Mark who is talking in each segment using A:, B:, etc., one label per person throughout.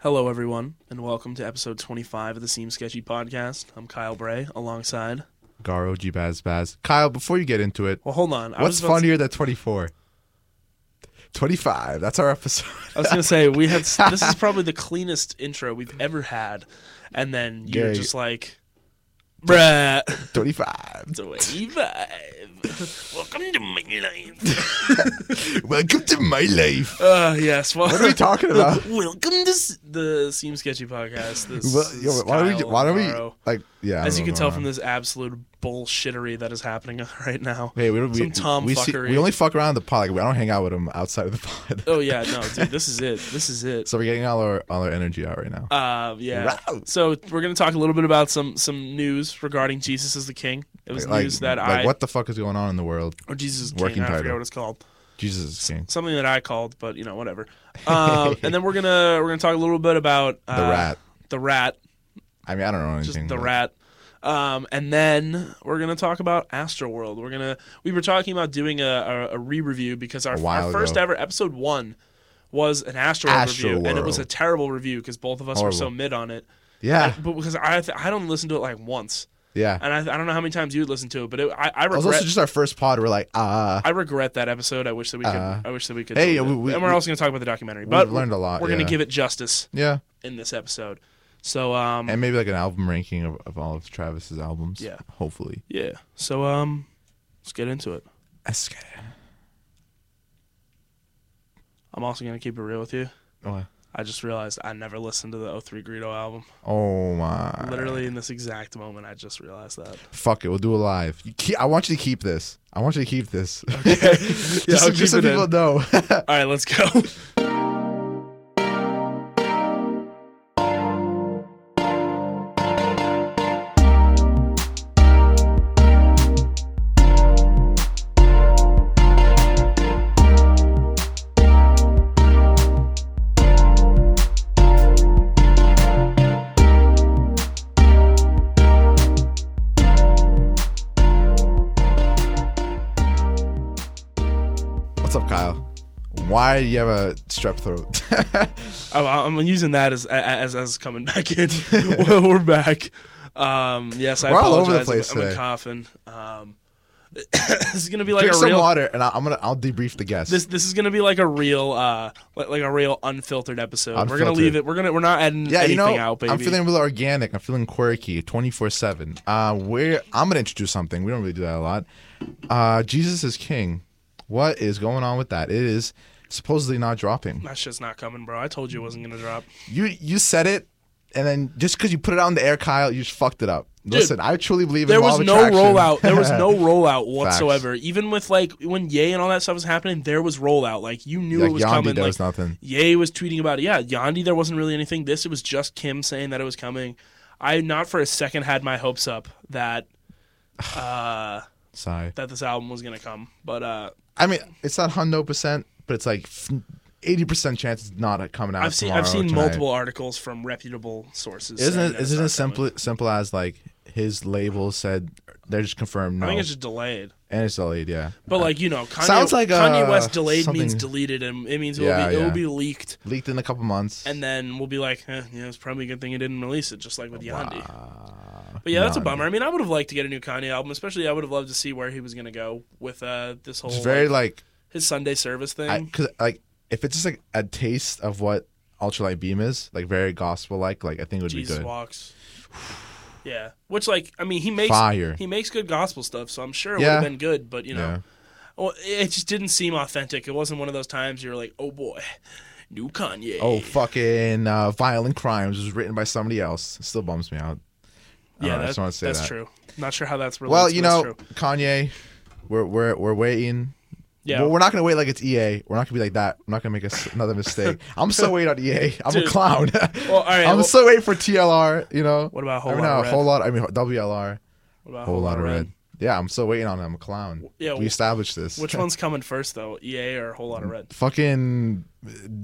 A: Hello, everyone, and welcome to episode 25 of the Seem Sketchy podcast. I'm Kyle Bray alongside.
B: Garo Gbaz Baz. Kyle, before you get into it,
A: Well, hold on. I
B: what's
A: was about to-
B: funnier than 24? 25. That's our episode.
A: I was going to say, we had this is probably the cleanest intro we've ever had. And then you're
B: Gay.
A: just like, bruh,
B: 25.
A: 25. welcome to my life.
B: Welcome to my life.
A: Uh, yes. Well,
B: What are we talking about?
A: welcome to s- the Seem Sketchy podcast. This
B: Well, yo,
A: is
B: why don't we?
A: Kyle
B: Why don't we?
A: Navarro.
B: Like, yeah. I
A: As you can
B: don't know,
A: tell
B: man.
A: from this absolute bullshittery that is happening right now.
B: Hey, we, we,
A: some Tom
B: we, see-
A: fuckery.
B: we only fuck around the pod. Like, we don't hang out with him outside of the pod.
A: Oh yeah, no, dude, this is it. This is it.
B: So we're getting all our all our energy out right now.
A: Uh, yeah.
B: Wow.
A: So we're gonna talk a little bit about some some news regarding Jesus is the King. It was
B: like,
A: news that
B: like,
A: I
B: what the fuck is going on in the world?
A: or Jesus is King.
B: working
A: I forget
B: title.
A: what it's called.
B: Jesus is king.
A: Something that I called, but you know whatever. Um, and then we're gonna we're gonna talk a little bit about uh,
B: The rat.
A: the rat,
B: I mean, I don't know anything.
A: just the
B: but-
A: rat. Um, and then we're gonna talk about Astroworld. We're gonna we were talking about doing a, a, a re-review because our,
B: A while
A: our first
B: ago.
A: ever episode one was an Astroworld, review, and it was
B: Astroworld.
A: a terrible review because both of us were so
B: Horrible.
A: mid on it.
B: Yeah,
A: but because I th- I don't listen to it like once,
B: yeah.
A: and I, I don't know how many times you would listen to it, but it, I I
B: It was
A: regret
B: also just our first pod. We're like, ah.
A: I regret that episode. I wish that we could
B: Uh,
A: I wish that we could.
B: hey,
A: delete it.
B: we- we-
A: and we're
B: we-
A: also going to talk about the documentary, but
B: learned a lot,
A: We're going
B: yeah.
A: to give it justice
B: yeah.
A: in this episode. So um
B: and maybe like an album ranking of, of all of Travis's albums.
A: Yeah.
B: hopefully.
A: yeah, so um let's get into it. I'm also going to keep it real with you.
B: Why?
A: I just realized I never listened to the O3 Greedo album.
B: Oh my!
A: Literally in this exact moment, I just realized that.
B: Fuck it, we'll do a live. You keep, I want you to keep this. I want you to keep this. just
A: I'll
B: so-
A: keep
B: just so
A: it in.
B: people know.
A: All right, let's go.
B: What's up, Kyle? Why do you have a strep throat?
A: I'm, I'm using that as as as coming back in. well, we're back. Um, yes, I
B: We're all
A: apologize.
B: over the place
A: I'm, I'm
B: today.
A: coughing. Um, this is gonna be like
B: Drink
A: a
B: some
A: real.
B: water, and I, I'm gonna I'll debrief the guest.
A: This this is gonna be like a real uh like, like a real unfiltered episode. We're gonna
B: Unfiltered.
A: leave it. We're gonna we're not adding
B: yeah,
A: anything
B: you know,
A: out, baby.
B: I'm feeling really organic. I'm feeling quirky, 24 seven. Uh, where I'm gonna introduce something. We don't really do that a lot. Uh, Jesus is King. What is going on with that? It is supposedly not dropping.
A: that shit's not coming, bro. I told you it wasn't gonna drop.
B: You you said it, and then just because you put it out in the air, Kyle, you just fucked it up. Listen, I truly believe in
A: There
B: law
A: was
B: of
A: no
B: attraction.
A: rollout. There was no rollout whatsoever. Even with like when Yay and all that stuff was happening, there was rollout. Like you knew
B: like
A: it was
B: Yandi,
A: coming.
B: there
A: like,
B: was nothing.
A: Ye was tweeting about it. Yeah, Yandi, there wasn't really anything. This, it was just Kim saying that it was coming. I not for a second had my hopes up that uh,
B: Sorry.
A: that this album was gonna come, but uh,
B: I mean, it's not hundred percent, but it's like eighty percent chance it's not coming out.
A: I've seen
B: tomorrow
A: I've
B: or
A: seen
B: tonight.
A: multiple articles from reputable sources. saying
B: Isn't it?
A: that it's
B: Isn't
A: not
B: it simple? Simple as like his label said. They're just confirmed.
A: coming.
B: No,
A: I think it's just delayed.
B: and it's delayed. Yeah,
A: But like you know, Kanye,
B: Sounds like,
A: Kanye
B: uh,
A: West delayed means
B: something-
A: deleted, and it means it
B: Yeah,
A: will be it
B: yeah.
A: will be leaked,
B: leaked in a couple months.
A: and then we'll be like, eh, yeah, it's probably a good thing he didn't release it, just like with Yandi.
B: Wow.
A: But yeah, that's a
B: Yandi.
A: bummer. I mean, I would have liked to get a new Kanye album, especially I would have loved to see where he was going to go with uh, this whole
B: It's very
A: like,
B: like
A: his Sunday service thing.
B: I, cause like if it's just like a taste of what ultralight beam is, like very gospel like, like I think it would
A: Jesus
B: be good.
A: walks. Yeah, which like I mean, he makes
B: Fire.
A: he makes good gospel stuff, so I'm sure it
B: Yeah.
A: would have been good. But you know,
B: Yeah.
A: well, it just didn't seem authentic. It wasn't one of those times you were like, oh boy, new Kanye.
B: Oh, fucking uh, violent crimes was written by somebody else. It still bums me out. I
A: yeah,
B: don't know, uh, I
A: that-
B: just want to say
A: that's
B: that.
A: true. Not sure how that's related.
B: Well, you know,
A: true.
B: Kanye, we're we're we're waiting.
A: yeah.
B: Well, we're not gonna wait like it's EA. We're not gonna be like that. We're not gonna make us another mistake. I'm still waiting on EA. I'm
A: Dude.
B: a clown.
A: well, all right.
B: I'm
A: well,
B: still waiting for TLR. You know.
A: what about
B: I
A: whole
B: mean,
A: lot
B: no,
A: of red?
B: whole lot. I mean, WLR.
A: what about
B: Whole, lot of red. Yeah, I'm still waiting on it. I'm a clown.
A: Yeah,
B: we established this.
A: Which one's coming first though, EA or whole lot
B: Hmm.
A: of red?
B: fucking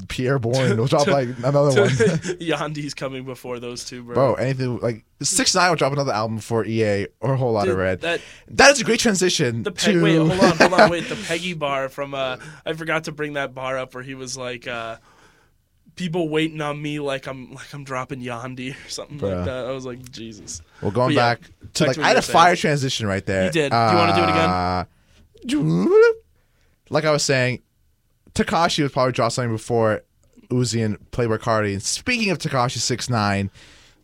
B: Pierre Bourne will drop like another one.
A: Yandi's coming before those two, bro.
B: Bro, anything like Six Nine will drop another album for EA or a whole lot
A: Dude,
B: of red.
A: that-
B: that is a great transition.
A: The Pe-
B: to...
A: wait, hold on, hold on, wait. The Peggy bar from uh, I forgot to bring that bar up where he was like, uh, people waiting on me like I'm like I'm dropping Yandi or something
B: Bruh.
A: like that. I was like, Jesus.
B: Well, going
A: But yeah,
B: back to
A: back
B: like,
A: to what
B: I had
A: you
B: a
A: were saying.
B: fire transition right there.
A: You did. Do you wanna do it again?
B: do it again? Like I was saying, Takashi would probably draw something before Uzi and Playboy Cardi. And speaking of Takashi six nine,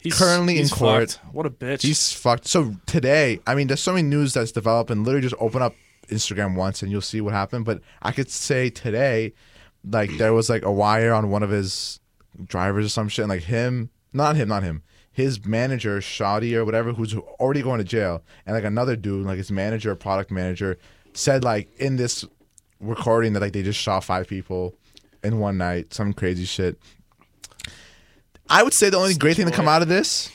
A: He's
B: Currently in
A: he's
B: court.
A: fucked. What a bitch.
B: he's fucked. So today, I mean, there's so many news that's developing. Literally, just open up Instagram once and you'll see what happened. But I could say today, like there was like a wire on one of his drivers or some shit, and like him, not him, not him, his manager, Shoddy or whatever, who's already going to jail, and like another dude, like his manager, product manager, said like in this recording that like they just shot five people in one night, some crazy shit. I would say the only great thing to come out of this,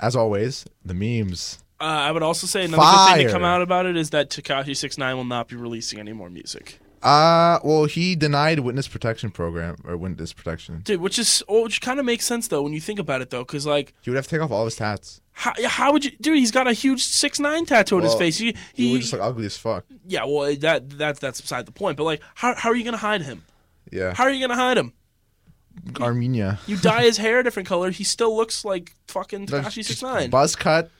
B: as always, the memes.
A: uh, I would also say another good thing
B: Fire.
A: to come out about it is that Takashi Six Nine will not be releasing any more music,
B: Uh well, he denied witness protection program or witness protection.
A: dude. Which is oh, which kind of makes sense though when you think about it though, because like
B: He would have to take off all his tats.
A: how, how would you, dude? He's got a huge Six Nine tattoo on his
B: Well,
A: face. He,
B: He,
A: he-
B: would just look ugly as fuck.
A: yeah. Well, that that that's beside the point. But like, how how are you gonna hide him?
B: Yeah,
A: How are you gonna hide him?
B: Armenia.
A: You dye his hair a different color. He still looks like fucking Takashi
B: Just
A: Six Nine.
B: Buzz cut.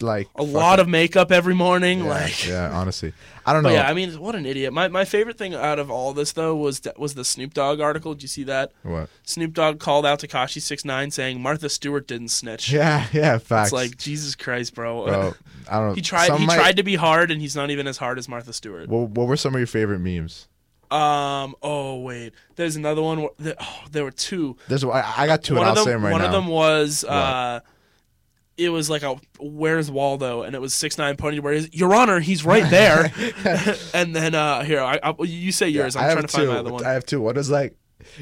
B: Like
A: A lot of makeup every morning. Oh, like
B: yeah, honestly, I don't know.
A: But yeah, I mean, what an idiot. My my favorite thing out of all this though was that was the Snoop Dogg article. Did you see that?
B: what?
A: Snoop Dogg called out Takashi 69 saying Martha Stewart didn't snitch.
B: Yeah, yeah, facts.
A: It's like Jesus Christ, bro.
B: Bro, I don't know.
A: he tried
B: Some
A: he
B: might-
A: tried to be hard and he's not even as hard as Martha Stewart.
B: What, what were some of your favorite memes?
A: Um oh wait. There's another one where, there, oh, there were two.
B: There's I, I got two,
A: one
B: and
A: of them
B: I'll say them right
A: one
B: now.
A: of them was uh it was like a where's Waldo and it was 69 pointing where his Your Honor, he's right there. and then uh here I, I you say yours. I'm
B: I have
A: trying to
B: two.
A: find my other one.
B: I have two. One is like,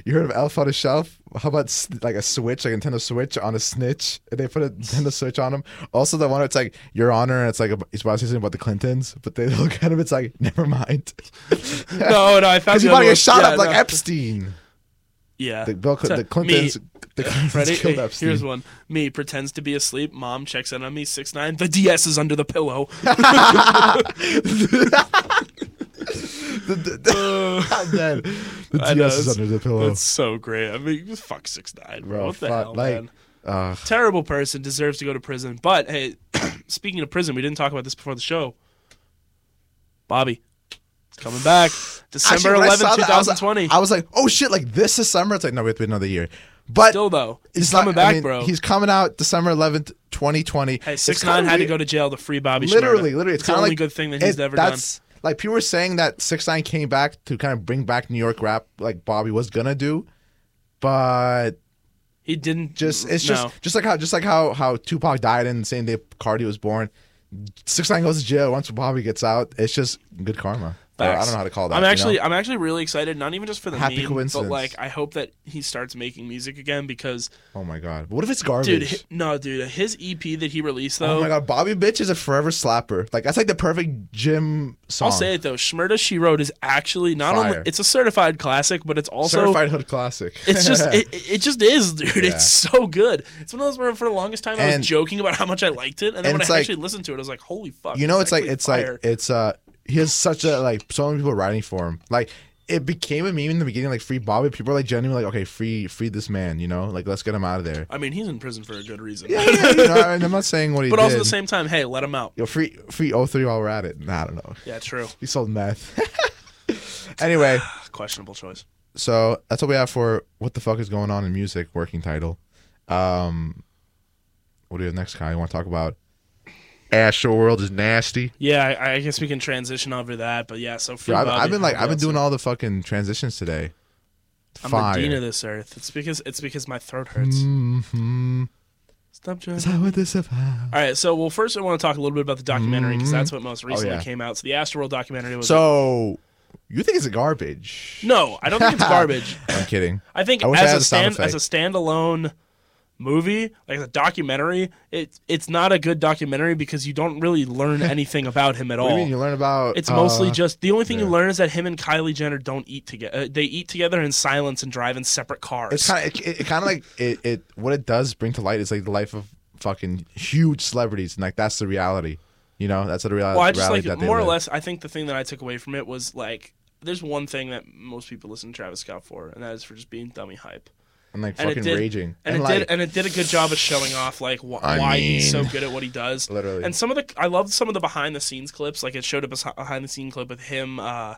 B: you heard of Elf on a Shelf? How about s- like a Switch, like a Nintendo Switch on a snitch? And they put a Nintendo Switch on him. Also, the one that's like, Your Honor, and it's like, ab- he's about to say something about the Clintons, but they look at him, it's like, never mind. Because
A: no, no, I found
B: he's
A: the other
B: about to
A: one.
B: get shot
A: yeah,
B: up like
A: no.
B: Epstein.
A: Yeah.
B: The, Bill, Cl-
A: So,
B: the Clintons,
A: Me,
B: the Clintons
A: Freddie,
B: killed
A: hey,
B: Epstein.
A: here's one. Me pretends to be asleep. Mom checks in on me. Six nine. The DS is under the pillow.
B: The- the- the-
A: Uh,
B: I'm dead. The
A: I
B: DS
A: know,
B: is
A: it's-
B: under the pillow.
A: that's so great. I mean, fuck six nine, bro.
B: Bro,
A: what the
B: fuck,
A: hell,
B: like,
A: man?
B: Ugh.
A: Terrible person deserves to go to prison. But hey, speaking of prison, we didn't talk about this before the show. Bobby, it's coming back, December
B: Actually, when I
A: eleventh,
B: saw
A: two
B: that, I was
A: thousand
B: like-
A: twenty.
B: I was like, oh shit, like this December. It's like, no, we have to wait another year. But
A: Still though,
B: it's
A: he's coming
B: not, I
A: back,
B: mean,
A: bro.
B: He's coming out December 11th, 2020.
A: hey, six nine had to go to jail to free Bobby.
B: Literally,
A: Shmurda.
B: literally, it's,
A: it's the
B: kind of
A: only
B: like
A: good thing that he's
B: it-
A: ever done.
B: that's, Like people were saying that Six Nine came back to kind of bring back New York rap, like Bobby was gonna do, but
A: He didn't
B: just it's
A: no.
B: just just like how just like how how Tupac died and the same day Cardi was born. Six Nine goes to jail once Bobby gets out. It's just good karma. Or I
A: Facts.
B: don't know how to call that.
A: I'm
B: you know?
A: actually I'm actually really excited, not even just for the
B: Happy
A: meme,
B: coincidence.
A: but like I hope that he starts making music again because
B: Oh my god! What if it's garbage?
A: dude, hi- no dude, his EP that he released
B: Oh
A: though,
B: my god, Bobby Bitch is a forever slapper. Like that's like the perfect gym song.
A: I'll say it though, Shmurda She Wrote is actually not
B: Fire.
A: only it's a certified classic, but it's also
B: Certified Hood Classic.
A: it's just it, it it just is, dude.
B: Yeah.
A: It's so good. It's one of those where for the longest time I
B: And-
A: was joking about how much I liked it, and then
B: and
A: when I
B: it's like-
A: actually listened to it, I was like, holy fuck.
B: you know, it's like
A: actually
B: it's
A: fire.
B: like it's uh he has such a like so many people writing for him. Like it became a meme in the beginning, like free Bobby. People are like genuinely like, okay, free free this man, you know? Like let's get him out of there.
A: I mean, he's in prison for a good reason.
B: Yeah, yeah, you know, and I'm not saying what he
A: But
B: did.
A: also at the same time, hey, let him out.
B: Yo, free free O three while we're at it. Nah, I don't know.
A: Yeah, true.
B: He sold meth. anyway,
A: Questionable choice.
B: so that's what we have for what the fuck is going on in music working title. Um what do you have next, Kyle? You wanna talk about Astral World is nasty.
A: Yeah, I, I guess we can transition over that. But yeah, so free
B: Yo, I've,
A: Bobby
B: I've been like
A: Hutton
B: I've been
A: Johnson.
B: doing all the fucking transitions today.
A: I'm
B: Fire.
A: the dean of this earth. It's because it's because my throat hurts.
B: hmm
A: Stop trying.
B: Is that what this is about?
A: All right, so well, first I want to talk a little bit about the documentary because that's what most recently
B: Mm-hmm. Oh, yeah.
A: came out. So the Astroworld documentary was
B: So, you think it's garbage?
A: no, I don't think it's garbage.
B: I'm kidding.
A: I think
B: I wish I
A: as
B: had
A: a
B: a sound
A: stand as a standalone movie, like as a documentary, it it's not a good documentary because you don't really learn anything about him at
B: What do
A: all.
B: you mean you learn about?
A: It's mostly
B: uh,
A: just the only thing
B: yeah.
A: you learn is that him and Kylie Jenner don't eat together. Uh, they eat together in silence and drive in separate cars.
B: It's kind of it, it kind of like it, it. What it does bring to light is like the life of fucking huge celebrities, and like that's the reality. You know, that's the reality.
A: well, I just
B: reality
A: like
B: that they
A: more or
B: live.
A: less. I think the thing that I took away from it was like there's one thing that most people listen to Travis Scott for, and that is for just being dummy hype.
B: I'm like
A: And it
B: fucking
A: did-
B: raging.
A: And, it
B: like,
A: did, and it did a good job of showing off like wh-
B: I
A: why he's so
B: mean-
A: good at what he does.
B: Literally.
A: And some of the, I love some of the behind the scenes clips. Like it showed a bes- behind the scene clip with him, uh,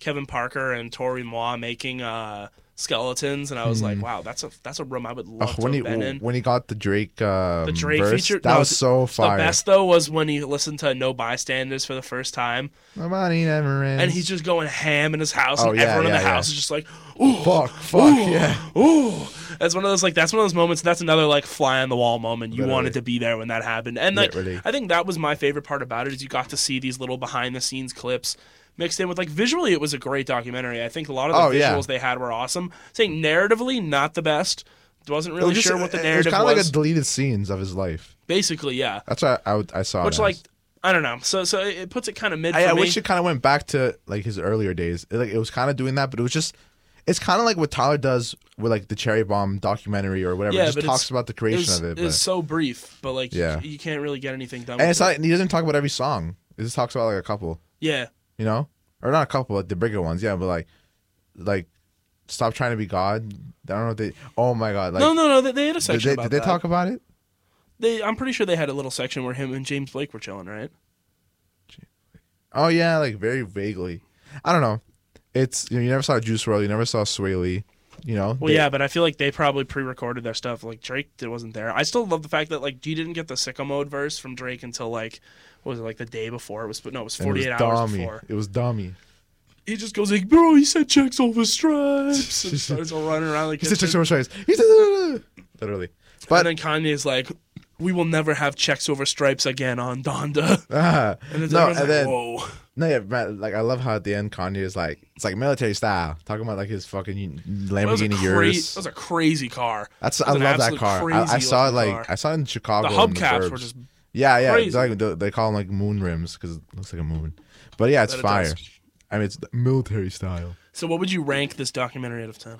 A: Kevin Parker, and Tori Moore making uh, skeletons, and I was like, wow, that's a that's a room I would love
B: Mm-hmm. Ugh,
A: to
B: when he
A: have been in.
B: when he got the Drake um,
A: The Drake
B: verse,
A: feature-
B: that
A: no,
B: was so fire.
A: The best though was when he listened to No Bystanders for the first time,
B: Nobody never ends.
A: and he's just going ham in his house,
B: Oh,
A: and
B: yeah,
A: everyone in
B: yeah,
A: the
B: yeah.
A: house is just like, ooh,
B: fuck, fuck,
A: ooh,
B: yeah.
A: ooh. That's one of those like that's one of those moments. That's another like fly on the wall moment. You
B: Literally.
A: wanted to be there when that happened, and like
B: Literally.
A: I think that was my favorite part about it is you got to see these little behind the scenes clips mixed in with like visually it was a great documentary. I think a lot of
B: Oh,
A: the
B: yeah.
A: visuals they had were awesome. Saying narratively not the best. Wasn't
B: It
A: really
B: was just-
A: sure what the
B: it
A: narrative
B: was.
A: was.
B: kind of like a deleted scenes of his life.
A: Basically, yeah.
B: That's what I, I, would- I saw. it
A: Which
B: as.
A: like I don't know. So so it it puts it kind of mid
B: Oh, I,
A: for
B: I
A: me.
B: wish it kind of went back to like his earlier days. It, like it was kind of doing that, but it was just. It's kind of like what Tyler does with like the Cherry Bomb documentary or whatever.
A: Yeah,
B: it just
A: but
B: talks
A: it's-
B: about the
A: It
B: creation
A: was-
B: of it.
A: it was
B: But.
A: so brief, but like
B: Yeah.
A: you, you can't really get anything done.
B: And
A: with
B: it's
A: it.
B: not. He doesn't talk about every song. He just talks about like a couple,
A: yeah,
B: you know, or not a couple, like the bigger ones. Yeah, but like, like, stop trying to be God. I don't know. If they. Oh my God. Like,
A: no, no, no. They, they had a
B: did
A: section
B: they,
A: about
B: did they
A: that.
B: talk about it?
A: They, I'm pretty sure they had a little section where him and James Blake were chilling, right?
B: Oh yeah, like very vaguely. I don't know. It's you, know, you never saw Juice World. You never saw Sway Lee. You know.
A: Well,
B: They-
A: yeah, but I feel like they probably pre-recorded their stuff. Like Drake did- wasn't there. I still love the fact that like he didn't get the sicko mode verse from Drake until like what was it like the day before it was, but no, it was
B: and it was
A: 48 hours
B: dummy.
A: before.
B: It was dummy.
A: He just goes like, "Bro, he said checks over stripes," and starts running around like
B: He
A: a
B: said
A: chicken.
B: checks over stripes. He said literally. But
A: and then Kanye's like, "We will never have checks over stripes again on Donda."
B: ah,
A: And it's
B: no,
A: no,
B: and
A: like,
B: then
A: "Whoa!"
B: no, yeah, man, like I love how at the end Kanye is like it's like military style, talking about like his fucking
A: That was, a
B: Lamborghini
A: cra-
B: Urus.
A: that was a crazy car.
B: That's
A: that
B: I
A: was an
B: love that
A: absolute
B: car. I, I
A: crazy
B: saw it
A: looking
B: like
A: car.
B: I saw it in
A: The
B: Chicago. in
A: hubcaps were
B: burbs.
A: just
B: yeah, yeah.
A: crazy.
B: Like, they- they call them like moon rims because it looks like a moon. But yeah, it's
A: that it
B: fire.
A: does.
B: I mean, it's military style.
A: So, what would you rank this documentary out of ten?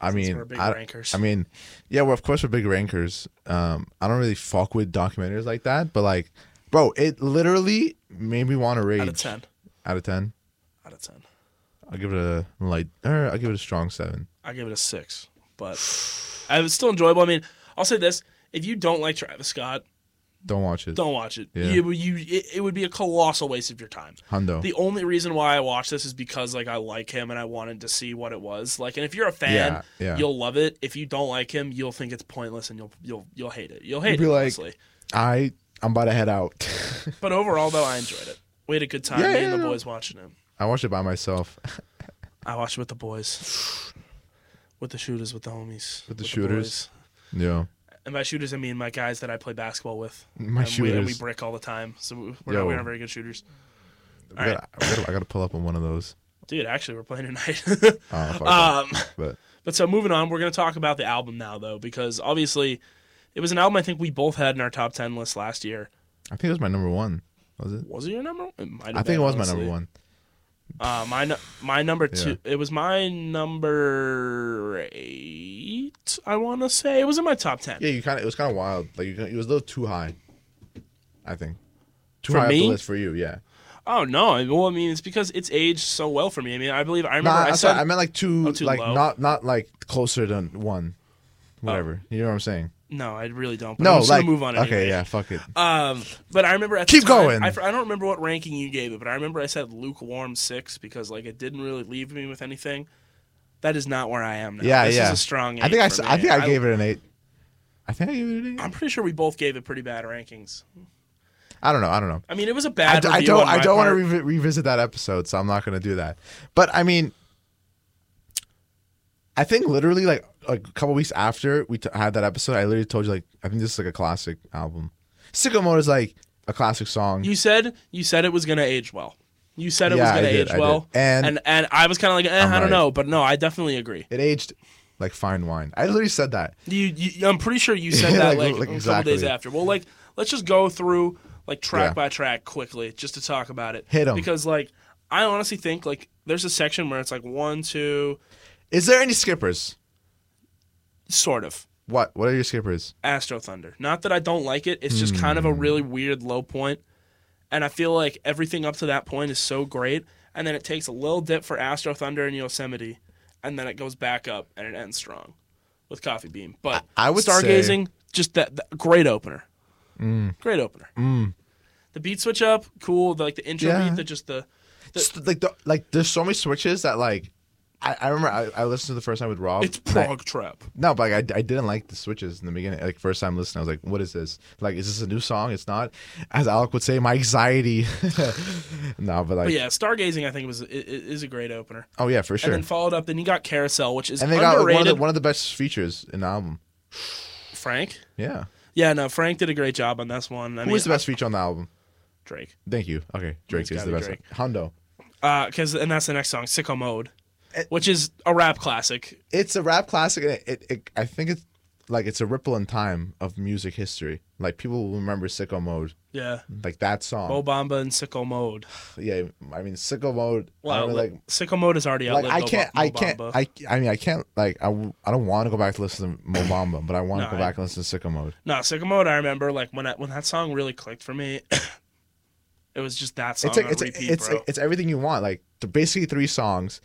B: I mean,
A: we're big
B: I,
A: rankers.
B: I mean, yeah, well, of course we're big rankers. Um, I don't really fuck with documentaries like that, but like, bro, it literally made me want to rage.
A: Out of ten.
B: Out of ten,
A: Out of ten.
B: I'll give it a light, or I'll give it a strong seven.
A: I give it a six, but I was still enjoyable. I mean, I'll say this: if you don't like Travis Scott,
B: Don't watch it,
A: don't watch it.
B: Yeah.
A: You, you, it, it would be a colossal waste of your time.
B: Hundo.
A: The only reason why I watched this is because like I like him and I wanted to see what it was like. And if you're a fan,
B: Yeah, yeah.
A: you'll love it. If you don't like him, you'll think it's pointless and you'll you'll you'll hate it. You'll hate
B: be
A: it
B: like-
A: honestly.
B: I I'm about to head out.
A: But overall, though, I enjoyed it. We had a good time.
B: Yeah,
A: me
B: yeah,
A: and the
B: no.
A: boys watching him.
B: I watched it by myself
A: I watched it with the boys, with the shooters, with the homies,
B: with the shooters. Yeah,
A: boys. and by shooters I mean my guys that I play basketball with.
B: my
A: and We, and we
B: shooters.
A: brick all the time, so we- we're
B: Yo.
A: not, we're not very good shooters.
B: We
A: All right,
B: gotta- we gotta- I gotta pull up on one of those.
A: dude. Actually, we're playing tonight.
B: Oh, fuck that.
A: um,
B: but
A: but so moving on, we're gonna talk about the album now, though, because obviously, it was an album I think we both had in our top ten list last year.
B: I think it was my number one. Was it?
A: Was it your number? It might have
B: I think
A: been,
B: it was my
A: honestly.
B: number one.
A: Uh, my nu- my number two.
B: Yeah.
A: It was my number eight. I want to say it was in my top ten.
B: Yeah, you kind of. It was kind of wild. Like you, kinda- it was a little too high. I think. Too
A: For
B: high up
A: me?
B: the list for you, yeah.
A: Oh no! I- Well, I mean, it's because it's aged so well for me. I mean, I believe I
B: No,
A: remember
B: I,
A: I
B: am
A: said
B: sorry, I meant like too,
A: Oh, too
B: like
A: low.
B: not not like closer than one, whatever. You know what I'm saying?
A: no. I really don't. But
B: No,
A: I'm just
B: like
A: gonna move on. Anyway.
B: okay, yeah, fuck it.
A: Um, but I remember at the
B: Keep
A: time-
B: going.
A: I, fr- I don't remember what ranking you gave it, but I remember I said lukewarm six because like it didn't really leave me with anything. That is not where I am now.
B: Yeah,
A: this
B: yeah.
A: Is a strong.
B: I think I,
A: eight
B: s-
A: for
B: I
A: me.
B: think I gave it an eight. I think I gave it an eight.
A: I'm pretty sure we both gave it pretty bad rankings.
B: I don't know. I don't know.
A: I mean, it was a
B: I,
A: bad.
B: d- I
A: review
B: don't.
A: on
B: I
A: my
B: don't want to
A: part.
B: revi- revisit that episode, so I'm not gonna do that. But I mean, I think literally like like a couple weeks after we t- had that episode, I literally told you like I think this is like a classic album. Sicko Mode is like a classic song.
A: You said you said it was gonna age well. You said it
B: Yeah,
A: was
B: I
A: gonna
B: did,
A: age
B: I did.
A: well,
B: And-
A: and and I was kind of like, eh,
B: I'm
A: I
B: right.
A: don't know, but no, I definitely agree.
B: it aged like fine wine. I literally said that.
A: You, you I'm pretty sure you said that
B: Like,
A: like,
B: like,
A: a couple days
B: exactly.
A: after. Well, like let's just go through like track
B: Yeah.
A: by track quickly just to talk about it.
B: Hit 'em.
A: because like I honestly think like there's a section where it's like one, two,
B: Is there any skippers?
A: sort of.
B: What? What are your skippers?
A: Astro Thunder. Not that I don't like it. It's
B: Hmm.
A: just kind of a really weird low point, and I feel like everything up to that point is so great. and then it takes a little dip for Astro Thunder and Yosemite, and then it goes back up and it ends strong with Coffee Bean. But
B: I- I would say- Hmm.
A: stargazing, just that, that- great opener, great opener. The beat switch up, cool. The, like the intro
B: Yeah.
A: beat, the just the, the
B: Just, like the, like there's so many switches that like I, I remember I, I listened to the first time with Rob.
A: it's
B: and I-
A: prog trap.
B: No, but like, I, I didn't like the switches in the beginning. Like first time listening, I was like, "What is this? Like, is this a new song? It's not." As Alec would say, my anxiety. no, but like,
A: But yeah, stargazing I think was i- i- is a great opener.
B: oh yeah, for sure.
A: And then
B: And,
A: followed up, then you got Carousel, which is
B: they got like,
A: underrated.
B: one of the one of the best features in the album.
A: Frank.
B: Yeah,
A: Yeah, no, Frank did a great job on this one. I
B: who
A: mean,
B: is the best feature on the album?
A: Drake.
B: Thank you. Okay, Drake
A: It's
B: is
A: gotta
B: the
A: be
B: best.
A: Drake.
B: Hondo.
A: Because and that's the next song, Sicko Mode,
B: Eh.
A: which is a rap classic.
B: It's a rap classic. And it, it, it, I think it's like it's a ripple in time of music history. Like people will remember Sicko Mode,
A: Yeah,
B: like that song.
A: Mo Bamba and Sicko Mode.
B: Yeah, I mean Sicko Mode. I
A: Wow,
B: don't know,
A: like,
B: like
A: Sicko Mode is already
B: like
A: outlived
B: I
A: Mo
B: can't,
A: Ba- Mo
B: I can't,
A: Bamba.
B: I, I mean, I can't. Like I, w- I don't want to go back to listen to Mo Bamba, but I want to
A: No,
B: go
A: I-
B: back and listen to Sicko Mode.
A: no, Sicko Mode. I remember like when that when that song really clicked for me. it was just that song
B: It's like
A: on
B: it's
A: repeat,
B: it's
A: bro.
B: it's everything you want. Like th- basically three songs,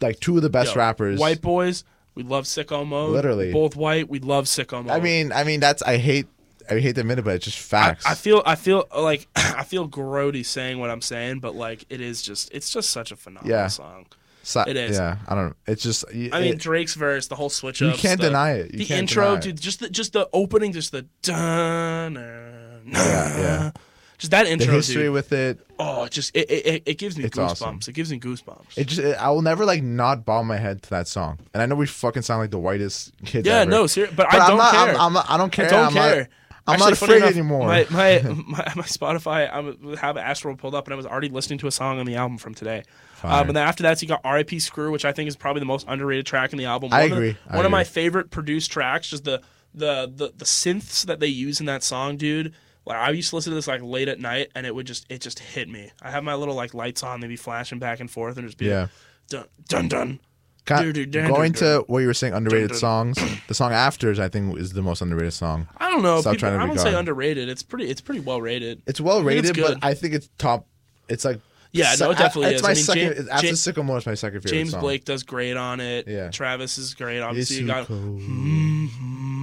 B: like two of the best
A: Yo,
B: rappers.
A: White boys, we love Sicko Mode.
B: Literally.
A: both white, we love Sicko Mode.
B: I mean, I mean that's I hate, I hate to admit it, but it's just facts.
A: I feel I feel like I feel grody saying what I'm saying, but like it is just it's just such a phenomenal
B: Yeah.
A: song.
B: So-
A: it is.
B: Yeah, I don't. It's just.
A: I mean Drake's verse, the whole switch up.
B: You can't deny it. You
A: the
B: can't
A: intro,
B: deny it.
A: dude, just the just the opening, just the dun, dun,
B: Yeah, yeah.
A: Just that
B: the
A: intro,
B: history
A: dude.
B: with it.
A: Oh, it just it, it, it- it gives me
B: It's
A: goosebumps.
B: awesome.
A: It gives me goosebumps.
B: It just, it, I will never like not bow my head to that song, and I know we fucking sound like the whitest kids.
A: yeah,
B: ever.
A: no, seriously, but,
B: But
A: I
B: I'm
A: don't
B: not,
A: care.
B: I'm, I'm not. I don't care.
A: I don't
B: I'm not-
A: care.
B: I'm
A: Actually,
B: not
A: funny
B: afraid
A: enough,
B: anymore.
A: My my, my my Spotify, I would have Astral pulled up, and I was already listening to a song on the album from today.
B: Fire.
A: Um, and then after that, so you got R.I.P. Screw, which I think is probably the most underrated track in the album.
B: I
A: One of the-
B: agree. I
A: one of my
B: agree.
A: favorite produced tracks, just the the the the synths that they use in that song, dude. Like I used to listen to this like late at night, and it would just it just hit me. I have my little like lights on, they'd be flashing back and forth, and just be
B: Yeah.
A: like, dun dun dun.
B: Ca-
A: Dude, dude, dude,
B: going
A: dude,
B: to what you were saying, underrated
A: Dude, dude.
B: songs. The song "Afters" I think is the most underrated song.
A: I don't know.
B: Stop
A: People,
B: trying to
A: I
B: be
A: wouldn't say
B: God.
A: underrated. It's pretty it's pretty well rated.
B: It's well
A: think it's
B: rated, but
A: good.
B: I think it's top. It's like
A: Yeah,
B: se-
A: no, it
B: I-
A: definitely
B: it's
A: is.
B: My
A: I mean,
B: second,
A: James-
B: after
A: Ja-
B: Sycamore, it's my second favorite
A: James
B: song.
A: Blake does great on it.
B: Yeah.
A: Travis is great.
B: It's
A: Obviously,
B: too
A: you got. Mm-hmm.
B: cold.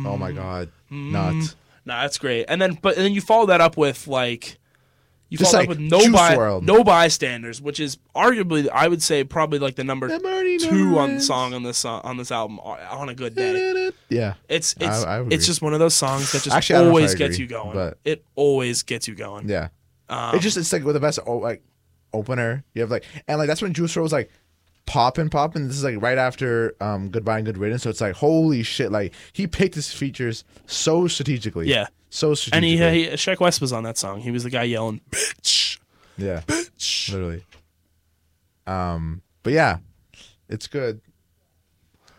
B: Oh my god, nuts!
A: Nah, that's great. And then, but and then you follow that up with like, you
B: Just
A: follow
B: like
A: up with no
B: Juice
A: by,
B: WRLD.
A: no bystanders, which is arguably I would say probably like the number
B: That Marty
A: two
B: never
A: on
B: ends.
A: song on this song, on this album o- on a good day.
B: Yeah,
A: It's it's
B: I would
A: it's
B: agree.
A: just one of those songs that just
B: Actually, I don't know if I
A: always gets
B: agree,
A: you going.
B: but-
A: It always gets you going.
B: yeah.
A: Um,
B: it's just it's like with the best oh, like opener. You have like and like that's when Juice WRLD was like poppin' poppin'. This is like right after um Goodbye and Good Riddance. So it's like holy shit! Like he picked his features so strategically.
A: Yeah.
B: so
A: and he,
B: strategically.
A: he Sheck West was on that song. He was the guy yelling bitch.
B: yeah,
A: bitch.
B: literally. Um, but yeah, it's good.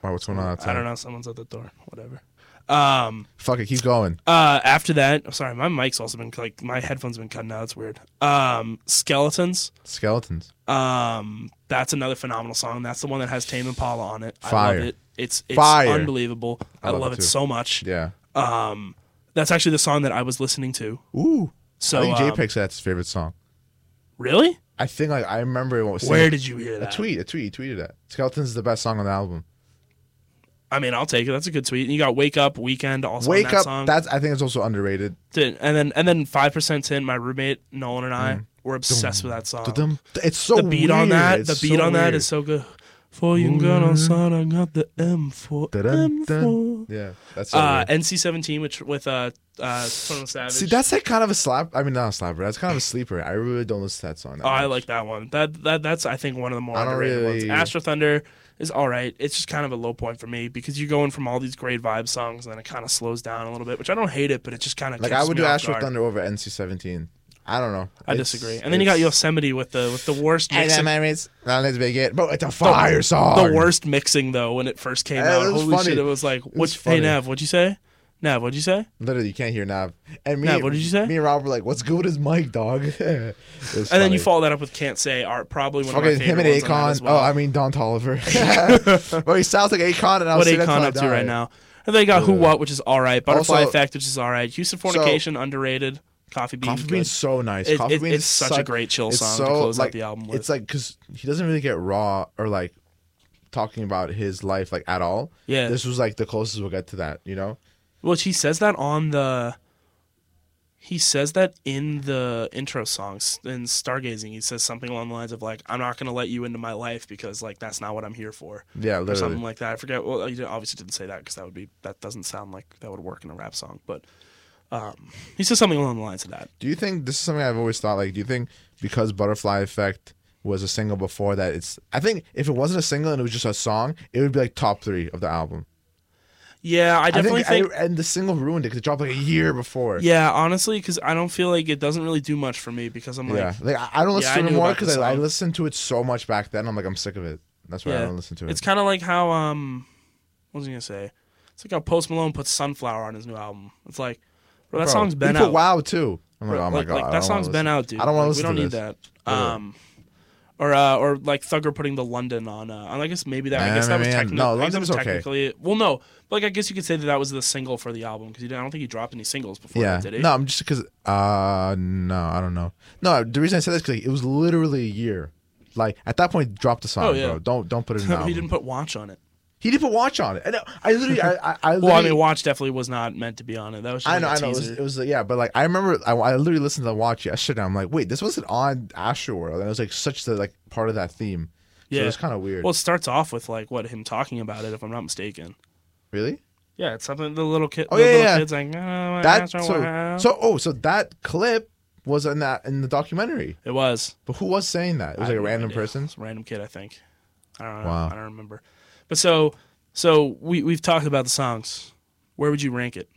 B: Wow, what's going on outside?
A: I don't know. Someone's at the door. Whatever. Um.
B: Fuck it, keep going.
A: Uh, after that, oh, sorry, my mic's also been like my headphones been cutting out. It's weird. Um, skeletons.
B: Skeletons.
A: Um, that's another phenomenal song. That's the one that has Tame Impala on it. I
B: Fire.
A: love it. It's it's
B: Fire.
A: unbelievable. I,
B: love
A: love,
B: it
A: it,
B: too.
A: so much.
B: Yeah.
A: Um, that's actually the song that I was listening to.
B: Ooh.
A: So
B: I think
A: um,
B: Jay picks that's his favorite song.
A: really,
B: I think like I remember what was
A: where did you hear
B: a
A: that?
B: tweet, a tweet, he tweeted that. Skeletons is the best song on the album.
A: I mean, I'll take it. That's a good tweet. And you got Wake Up Weekend also on
B: Wake
A: that
B: up.
A: song.
B: That's I think it's also underrated.
A: Dude, and then and then five percent in. My roommate Nolan and I
B: Mm.
A: were obsessed with that song.
B: Dum-dum. It's so
A: Oh. the beat on
B: weird.
A: that,
B: It's
A: the
B: so
A: beat on that
B: weird.
A: is so good. For you got outside, I got the M for
B: Da-dum,
A: M
B: dun.
A: for.
B: Yeah, that's so
A: Uh,
B: weird.
A: NC17, which with uh, uh, Tonal Savage.
B: See, that's like kind of a slap. I mean, not a slapper. That's kind of a sleeper. I really don't listen to that song. That
A: oh, I
B: much.
A: like that one. That that that's I think one of the more
B: I don't
A: underrated ones.
B: really-
A: Astro Thunder is all right. It's just kind of a low point for me because you're going from all these great vibe songs and then it kind of slows down a little bit, which I don't hate it, but it just kind of
B: Like I would do Astro Thunder over NC17. I don't know.
A: I
B: It's-
A: disagree. And then you got
B: it's-
A: Yosemite with the with the worst
B: And
A: mixing.
B: then memories. Now let's begin. Bro, it's a fire song.
A: the worst mixing though when it first came
B: Yeah,
A: out.
B: it was
A: Holy
B: funny.
A: shit! It was like,
B: was
A: what? Hey
B: funny.
A: Nav, what'd you say? Nav, what'd you say?
B: Literally, you can't hear Nav. And me,
A: Nav, what did you say?
B: Me and Rob were like, "What's good with his mic, dog?" and
A: And then you follow that up with "Can't Say" art probably one
B: Okay,
A: of my
B: him
A: favorite
B: and
A: ones on that
B: Akon.
A: as well.
B: Oh, I mean Don Tolliver. well, he sounds like Akon, and I was
A: what Akon up to right now? And then you got "Who What," which is all right. Butterfly
B: Also-
A: Effect, which is all right. Houston Fornication, underrated. Coffee Bean.
B: Coffee
A: good.
B: Bean's so nice.
A: It-
B: Coffee
A: it-
B: Bean's
A: it's such a great chill
B: it's
A: song to
B: so,
A: close out
B: like,
A: the album with.
B: It's like because he doesn't really get raw or like talking about his life like at all.
A: Yeah.
B: this was like the closest we'll get to that. You know,
A: Which he says that on the. He says that in the intro songs in Stargazing. He says something along the lines of like, "I'm not gonna let you into my life because like that's not what I'm here for,"
B: yeah,
A: or
B: literally.
A: something like that. I forget. Well, he obviously didn't say that because that would be that doesn't sound like that would work in a rap song. But um, he says something along the lines of that.
B: Do you think this is something I've always thought? Like, do you think because Butterfly Effect was a single before that, it's I think if it wasn't a single and it was just a song, it would be like top three of the album.
A: Yeah, I definitely
B: I think,
A: think.
B: I- and the single ruined it because it dropped like a year before.
A: yeah, honestly, because I don't feel like it doesn't really do much for me because I'm like,
B: yeah. Like I I don't listen
A: Yeah, I
B: to it
A: knew
B: anymore
A: about the
B: because I, I
A: song.
B: listened to it so much back then. I'm like, I'm sick of it. That's why I
A: Yeah.
B: don't listen to it.
A: It's kind of like how um, what was I gonna say? It's like how Post Malone put Sunflower on his new album. It's like, bro, that
B: Bro,
A: song's
B: he
A: been
B: put
A: out.
B: Wow too. I'm like,
A: Bro,
B: oh my
A: like,
B: god,
A: like,
B: I
A: that
B: don't wanna
A: song's
B: listen.
A: been out, dude.
B: I don't want
A: Like,
B: to listen.
A: We don't
B: to
A: need
B: this.
A: that.
B: Literally.
A: Um, or uh, or like Thugger putting the London on. Uh, I guess maybe that. I
B: Nah,
A: guess that was
B: man,
A: technically.
B: no,
A: I guess that
B: London's
A: was
B: okay.
A: technically. Well, no, but like I guess you could say that that was the single for the album because I don't think he dropped any singles before.
B: Yeah.
A: that, did he?
B: No, I'm just because. Uh, no, I don't know. No, the reason I said that is because it was literally a year. Like at that point, drop the song,
A: Oh, yeah.
B: bro. Don't don't put it in. the
A: he
B: album.
A: didn't put Watch on it.
B: He didn't put Watch on it. I, know, I literally, I, I, I
A: Well, I
B: literally-
A: mean, Watch definitely was not meant to be on it. That was just
B: I know, I
A: like a
B: know. It was,
A: teaser.
B: it was, yeah, but like I remember, I, I literally listened to the Watch yesterday. I'm like, wait, this wasn't on Astroworld, and it was like such the like part of that theme. So
A: Yeah.
B: it was kind of weird.
A: Well, it starts off with like what him talking about it, if I'm not mistaken.
B: really?
A: Yeah, it's something the little kid.
B: Oh,
A: the
B: yeah,
A: little
B: yeah.
A: Kids like "Oh, my
B: That
A: gosh,
B: so,
A: wow."
B: so oh so that clip was in that in the documentary.
A: it was.
B: But who was saying that? It was
A: I
B: like a
A: have no
B: random
A: idea.
B: person.
A: It's a random kid, I think. I don't know.
B: Wow.
A: I don't remember. But so, so we we've talked about the songs. Where would you rank it?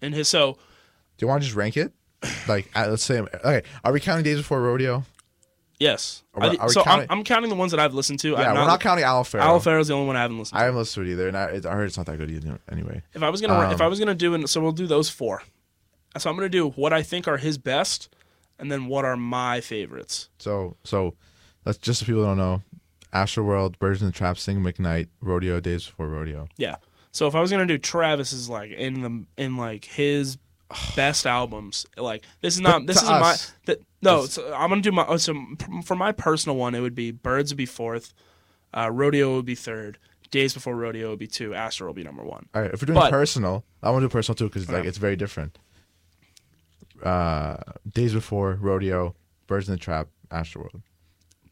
A: And his so
B: Do you want to just rank it? Like uh, let's say okay, are we counting days before rodeo?
A: yes.
B: Are we-
A: I did-
B: are we
A: so
B: counting-
A: I'm, I'm counting the ones that I've listened to.
B: Yeah,
A: I'm
B: we're not counting Al Farrow.
A: Al Farrow's the only one I haven't listened
B: I
A: to.
B: haven't listened to it either, and I, it, I heard it's not that good either. Anyway,
A: If I was gonna, ra- if
B: Um,
A: I was gonna do, and so we'll do those four. So I'm gonna do what I think are his best, and then what are my favorites.
B: so so that's just so people don't know. Astroworld, Birds in the Trap, Sing McKnight, Rodeo, Days Before Rodeo.
A: Yeah. So if I was gonna do Travis's like in the in like his best albums, like this is not
B: But
A: this
B: to
A: is my
B: us,
A: th- no. So I'm gonna do my oh, so for my personal one, it would be Birds would be fourth, uh, Rodeo would be third, Days Before Rodeo would be two, Astro would be number one.
B: All right, if we're doing
A: But-
B: personal, I want to do personal too because like
A: Okay.
B: it's very different. Uh, days Before Rodeo, Birds in the Trap, Astroworld.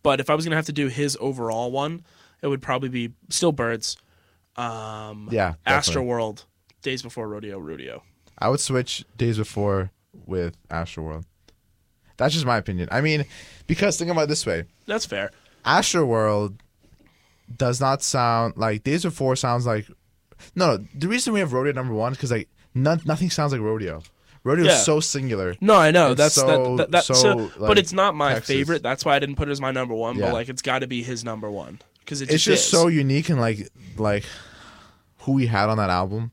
A: But if I was gonna have to do his overall one, it would probably be still Birds, um,
B: Yeah,
A: Astro
B: definitely.
A: World, Days Before Rodeo, Rodeo.
B: I would switch Days Before with Astroworld. That's just my opinion. I mean, because think about it this way.
A: That's fair.
B: Astroworld does not sound like Days Before sounds like no. no the reason we have Rodeo number one because like none, nothing sounds like Rodeo. Rodeo
A: Yeah.
B: is so singular.
A: No, I know
B: It's
A: that's
B: so-
A: that, that, that
B: so,
A: so,
B: like,
A: but it's not my
B: Texas.
A: favorite. That's why I didn't put it as my number one.
B: Yeah.
A: But like, it's got to be his number one because it
B: It's
A: just,
B: just
A: is.
B: so unique and like like who we had on that album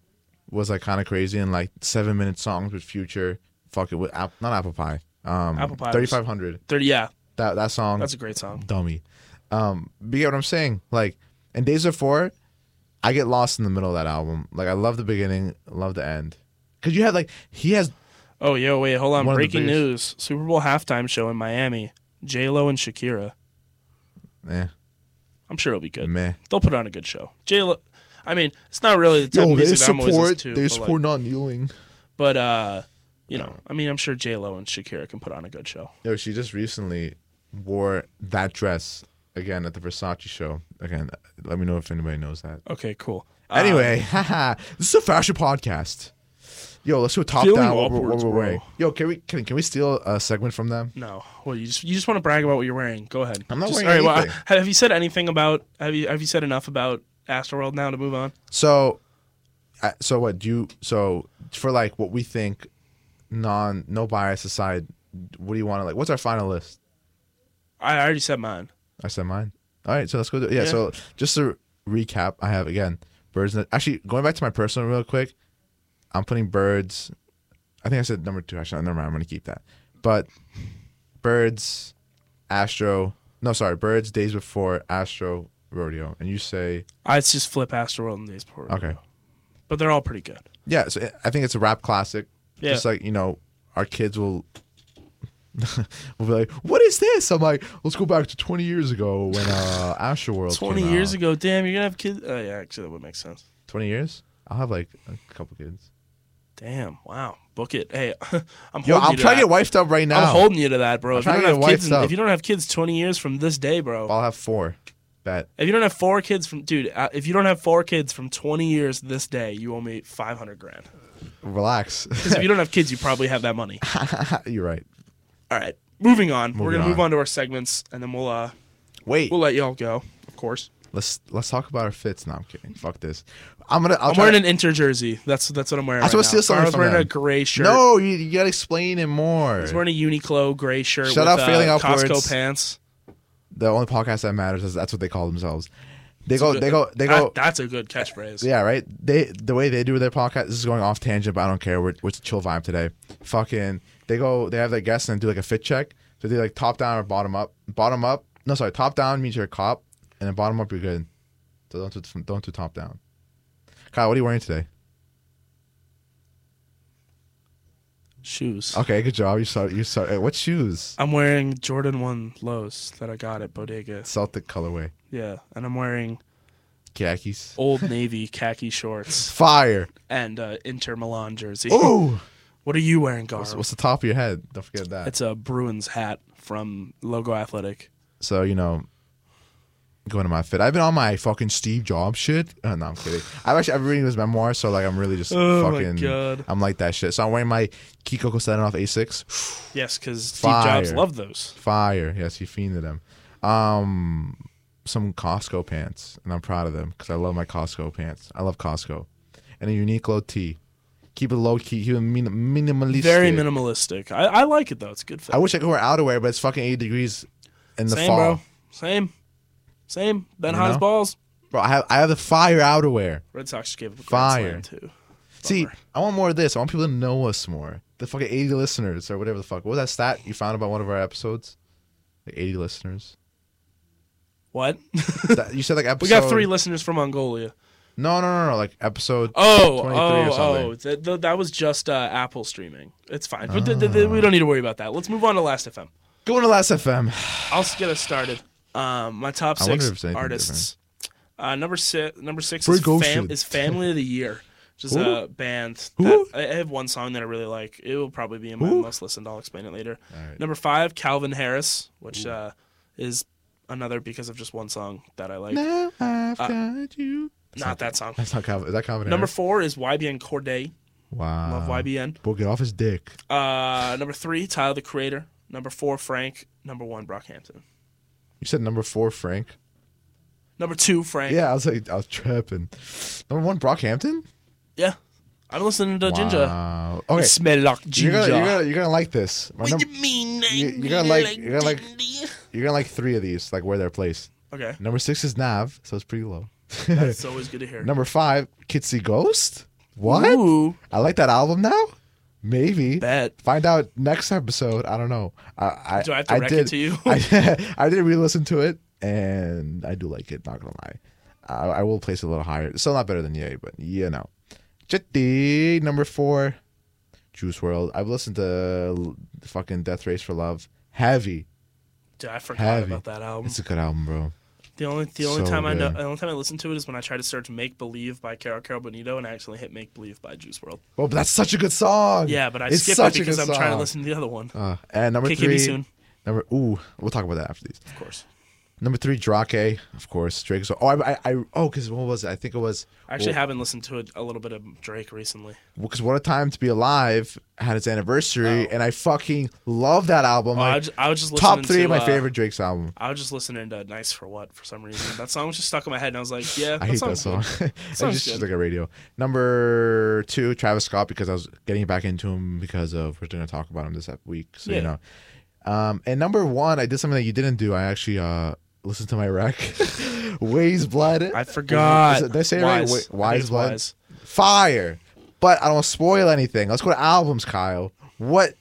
B: was like kind of crazy and like seven minute songs with Future. Fuck it with App, not Apple Pie. Um,
A: Apple Pie was-
B: Thirty five hundred.
A: Thirty- yeah,
B: That that song.
A: that's a great song.
B: dummy. Um, but you get what I'm saying? Like, in Days of Four, I get lost in the middle of that album. Like, I love the beginning, love the end. Cause you had like he has
A: Oh yo, wait, hold on.
B: One of the
A: Breaking news: Super Bowl halftime show in Miami. J Lo and Shakira.
B: eh,
A: I'm sure it'll be good.
B: meh.
A: They'll put on a good show. J Lo. I mean, it's not really the type of music that I'm always listening to, but, like-
B: not kneeling.
A: but uh, you know, I mean, I'm sure J Lo and Shakira can put on a good show.
B: Yo, she just recently wore that dress again at the Versace show. Again, let me know if anybody knows that.
A: Okay, cool.
B: Anyway, haha, this is a fashion podcast. Yo, let's do a top
A: Feeling
B: down. What we're, what
A: upwards,
B: we're
A: bro.
B: wearing. Yo, can we can, can we steal a segment from them?
A: No. Well, you just you just want to brag about what you're wearing. Go ahead.
B: I'm not
A: Just-
B: wearing
A: well,
B: anything.
A: ha- have you said anything about? Have you have you said enough about Astroworld now to move on?
B: So, uh, so what do you? So for like what we think, non no bias aside, what do you want to like? What's our final list?
A: I already said mine.
B: I said mine. All right, so let's go. Do, yeah,
A: Yeah.
B: So just to recap, I have again birds. in the- Actually, going back to my personal real quick, I'm putting birds. I think I said number two. Actually, never mind. I'm gonna keep that. But birds, Astro. No, sorry, birds. Days before Astro rodeo, and you say
A: I it's just flip Astroworld and Days Before.
B: Okay.
A: Rodeo. But they're all pretty good.
B: Yeah, so I think it's a rap classic.
A: Yeah.
B: Just like you know, our kids will we'll be like, "What is this?" I'm like, "Let's go back to 20 years ago when uh, Astroworld."
A: 20
B: came
A: years
B: out.
A: ago, damn, you're gonna have kids. Oh yeah, actually, that would make sense.
B: 20 years? I'll have like a couple kids.
A: Damn, wow, book it. Hey, I'm
B: Yo,
A: holding
B: I'm
A: you to
B: trying to
A: that.
B: get wifed up right now.
A: I'm holding you to that, bro.
B: I'm
A: If you
B: trying
A: don't
B: to
A: have
B: get
A: kids,
B: wifed
A: in-
B: up.
A: if you don't have kids 20 years from this day, bro.
B: I'll have four. Bet.
A: If you don't have four kids from, dude, uh, if you don't have four kids from 20 years this day, you owe me 500 grand.
B: Relax.
A: Because if you don't have kids, you probably have that money.
B: You're right.
A: All right, moving on. We're
B: Moving
A: gonna move
B: on.
A: on to our segments, and then we'll uh
B: Wait,
A: we'll let y'all go. Of course,
B: let's let's talk about our fits. No, I'm kidding. Fuck this. I'm gonna. I'll
A: I'm
B: try
A: wearing
B: to-
A: an Inter jersey. That's that's what I'm wearing.
B: I was
A: right
B: supposed to
A: now.
B: steal something
A: I was
B: from
A: wearing
B: them.
A: a gray shirt.
B: No, you, you gotta explain it more.
A: I was wearing a Uniqlo gray shirt.
B: Shut
A: with,
B: up, failing
A: uh,
B: upwards.
A: Costco pants.
B: the only podcast that matters is that's what they call themselves. They go.
A: good-
B: Oh, They go. They
A: That-
B: go.
A: that's a good catchphrase.
B: Yeah, right. They the way they do their podcast. This is going off tangent, but I don't care. We're, we're it's a chill vibe today. Fucking, they go. They have their guests and do like a fit check. So they like top down or bottom up. Bottom up. No, sorry. Top down means you're a cop, and then bottom up you're good. So don't do from- don't do top down. Kyle, what are you wearing today?
A: Shoes.
B: Okay, good job. You saw you saw uh, what shoes?
A: I'm wearing Jordan One lows that I got at Bodega.
B: Celtic colorway,
A: Yeah, and I'm wearing
B: khakis,
A: Old Navy khaki shorts
B: fire.
A: and uh, Inter Milan jersey.
B: Ooh,
A: What are you wearing, Gar?
B: what's, what's the top of your head? Don't forget that.
A: It's a Bruins hat from Logo Athletic.
B: So you know, going to my fit. I've been on my fucking Steve Jobs shit. Uh, no, I'm kidding. I've actually I've been reading his memoir, so like I'm really just
A: Oh my
B: fucking.
A: God.
B: I'm like that shit. So I'm wearing my Kiko Kostanov A6.
A: Yes, because Steve Jobs
B: Fire.
A: loved those.
B: Fire. Yes, he fiended him. Um, some Costco pants, and I'm proud of them because I love my Costco pants. I love Costco, and a Uniqlo tee. Keep it low key. Keep it min- minimalistic.
A: Very minimalistic. I, I like it though. It's a good fit.
B: I wish I could wear outerwear, but it's fucking 80 degrees in the
A: Same,
B: fall.
A: bro. Same. Same. Ben
B: You
A: Haas
B: know?
A: balls.
B: Bro, I have I have the fire outerwear.
A: Red Sox just gave up a
B: Fire.
A: grand slam too.
B: See,
A: Bummer.
B: I want more of this. I want people to know us more. The fucking 80 listeners or whatever the fuck. What was that stat you found about one of our episodes? Like 80 listeners.
A: What?
B: That- you said like episode.
A: we got three listeners from Mongolia.
B: No, no, no, no. Like episode.
A: Oh,
B: 23 or
A: oh,
B: something. Ah.
A: oh! That, th- that was just uh, Apple streaming. It's fine. But th- th- th- we don't need to worry about that. Let's move on to Last FM.
B: Going to Last FM.
A: I'll s- get us started. Um, my top
B: I wonder if
A: six
B: it's anything
A: artists. Uh, number six. Number six
B: Free
A: is, fam-
B: Goshen.
A: is Family of the Year, which is
B: Who?
A: a band. That
B: Who?
A: I I have one song that I really like. It will probably be in my
B: Who?
A: most listened. I'll explain it later.
B: Alright.
A: Number five, Calvin Harris, which uh, is another because of just one song that I like.
B: Now I've got you.
A: Not that song.
B: That's not Calvin. Is that Calvin?
A: Uh, Number
B: Harris?
A: four is YBN Corday.
B: Wow.
A: Love YBN.
B: Bro, get off his dick.
A: Uh, number three, Tyler the Creator. Number four, Frank. Number one, Brockhampton.
B: You said number four, Frank.
A: Number two, Frank.
B: Yeah, I was like, I was tripping. Number one, Brockhampton.
A: Yeah. I'm listening to Ginger.
B: Wow. Okay.
A: You smell like ginger.
B: You're gonna, you're gonna, you're gonna like this. My
A: what
B: num-
A: do you mean?
B: you-
A: I'm
B: you're gonna like-
A: like
B: you're gonna like-
A: ginger?
B: you're gonna like three of these, like where they're placed.
A: Okay.
B: Number six is Nav, so it's pretty low.
A: That's always good to hear.
B: Number five, Kitsy Ghost. What?
A: Ooh.
B: I like that album now. Maybe.
A: Bet.
B: Find out next episode. I don't know. I, I
A: Do I have to wreck it
B: did,
A: to you?
B: I, I did re-listen to it, and I do like it. Not gonna lie, I, I will place it a little higher. Still not better than Yay, but you know. Jetty number four, Juice World. I've listened to fucking Death Race for Love. Heavy.
A: Dude, I forgot
B: Heavy.
A: about that album.
B: It's a good album, bro.
A: The only the only
B: so
A: time I know
B: good.
A: the only time I listen to it is when I try to search "Make Believe" by Carol Carol Bonito and I accidentally hit "Make Believe" by Juice World.
B: Well, but that's such a good song.
A: Yeah, but I
B: It's
A: skipped
B: such
A: it
B: a
A: because I'm
B: good
A: trying to
B: song.
A: listen to the other one.
B: Uh, and number
A: KKB
B: three,
A: soon.
B: number ooh, we'll talk about that after these.
A: Of course.
B: Number three, Drake, of course. Drake. So, oh, I, I, I oh, because what was it? I think it was
A: I actually haven't listened to a, a little bit of Drake recently.
B: because What a Time to Be Alive had its anniversary, and I fucking love that album.
A: Oh, I,
B: like,
A: was, I was just listening
B: top three
A: to,
B: of my
A: uh,
B: favorite Drake's album.
A: I was just listening to "Nice for What" for some reason. That song was just stuck in my head, and I was like, "Yeah,
B: I hate that
A: sounds good.
B: song. I
A: sounds
B: just, just
A: good.
B: like a radio. Number two, Travis Scott, because I was getting back into him because of we're going to talk about him this ep- week. So you
A: Yeah.
B: know. Um, and number one, I did something that you didn't do. I actually uh listened to my rec. Ways Blood.
A: I forgot.
B: Is it- Did I say it right?
A: wise.
B: Wa-
A: I think
B: Wise
A: it's
B: Blood.
A: Wise.
B: Fire. But I don't want to spoil anything. Let's go to albums, Kyle. What?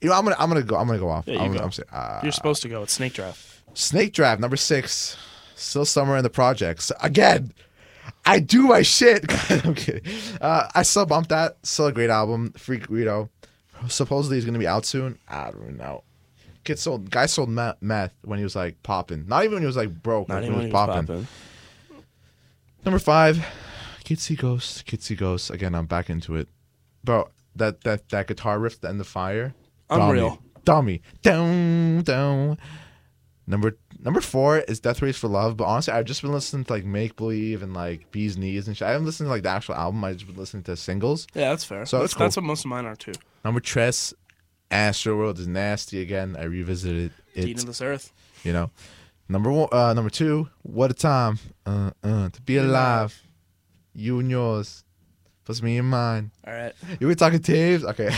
B: You know, I'm gonna I'm gonna go I'm gonna go off.
A: Yeah, you
B: I'm,
A: go.
B: I'm, saying, uh,
A: You're supposed to go. It's Snake Draft.
B: Snake Draft number six, still summer in the projects again. I do my shit. I'm kidding. Uh, I still bump that. Still a great album. Freak Guido. Supposedly he's gonna be out soon. I don't know. kid sold guy sold meth, meth when he was like popping. Not even when he was like broke.
A: Not
B: like,
A: even
B: when
A: when
B: he was
A: popping.
B: popping. Number five, Kids See Ghosts. Kids See Ghosts. Again, I'm back into it, bro. That that that guitar riff, the end of fire.
A: Unreal.
B: Dummy. Down down. Number number four is Death Race for Love. But honestly, I've just been listening to like Make Believe and like Bee's Knees and shit. I haven't listened to like the actual album. I've just been listening to singles.
A: Yeah, that's fair. So
B: So that's
A: that's,
B: cool.
A: that's what most of mine are too.
B: Number tres, Astro World is nasty again. I revisited it.
A: Dean of this Earth.
B: You know, number one, uh, number two, what a time uh, uh, to be alive. You and yours, plus me and mine.
A: All right.
B: You were talking Taves, okay?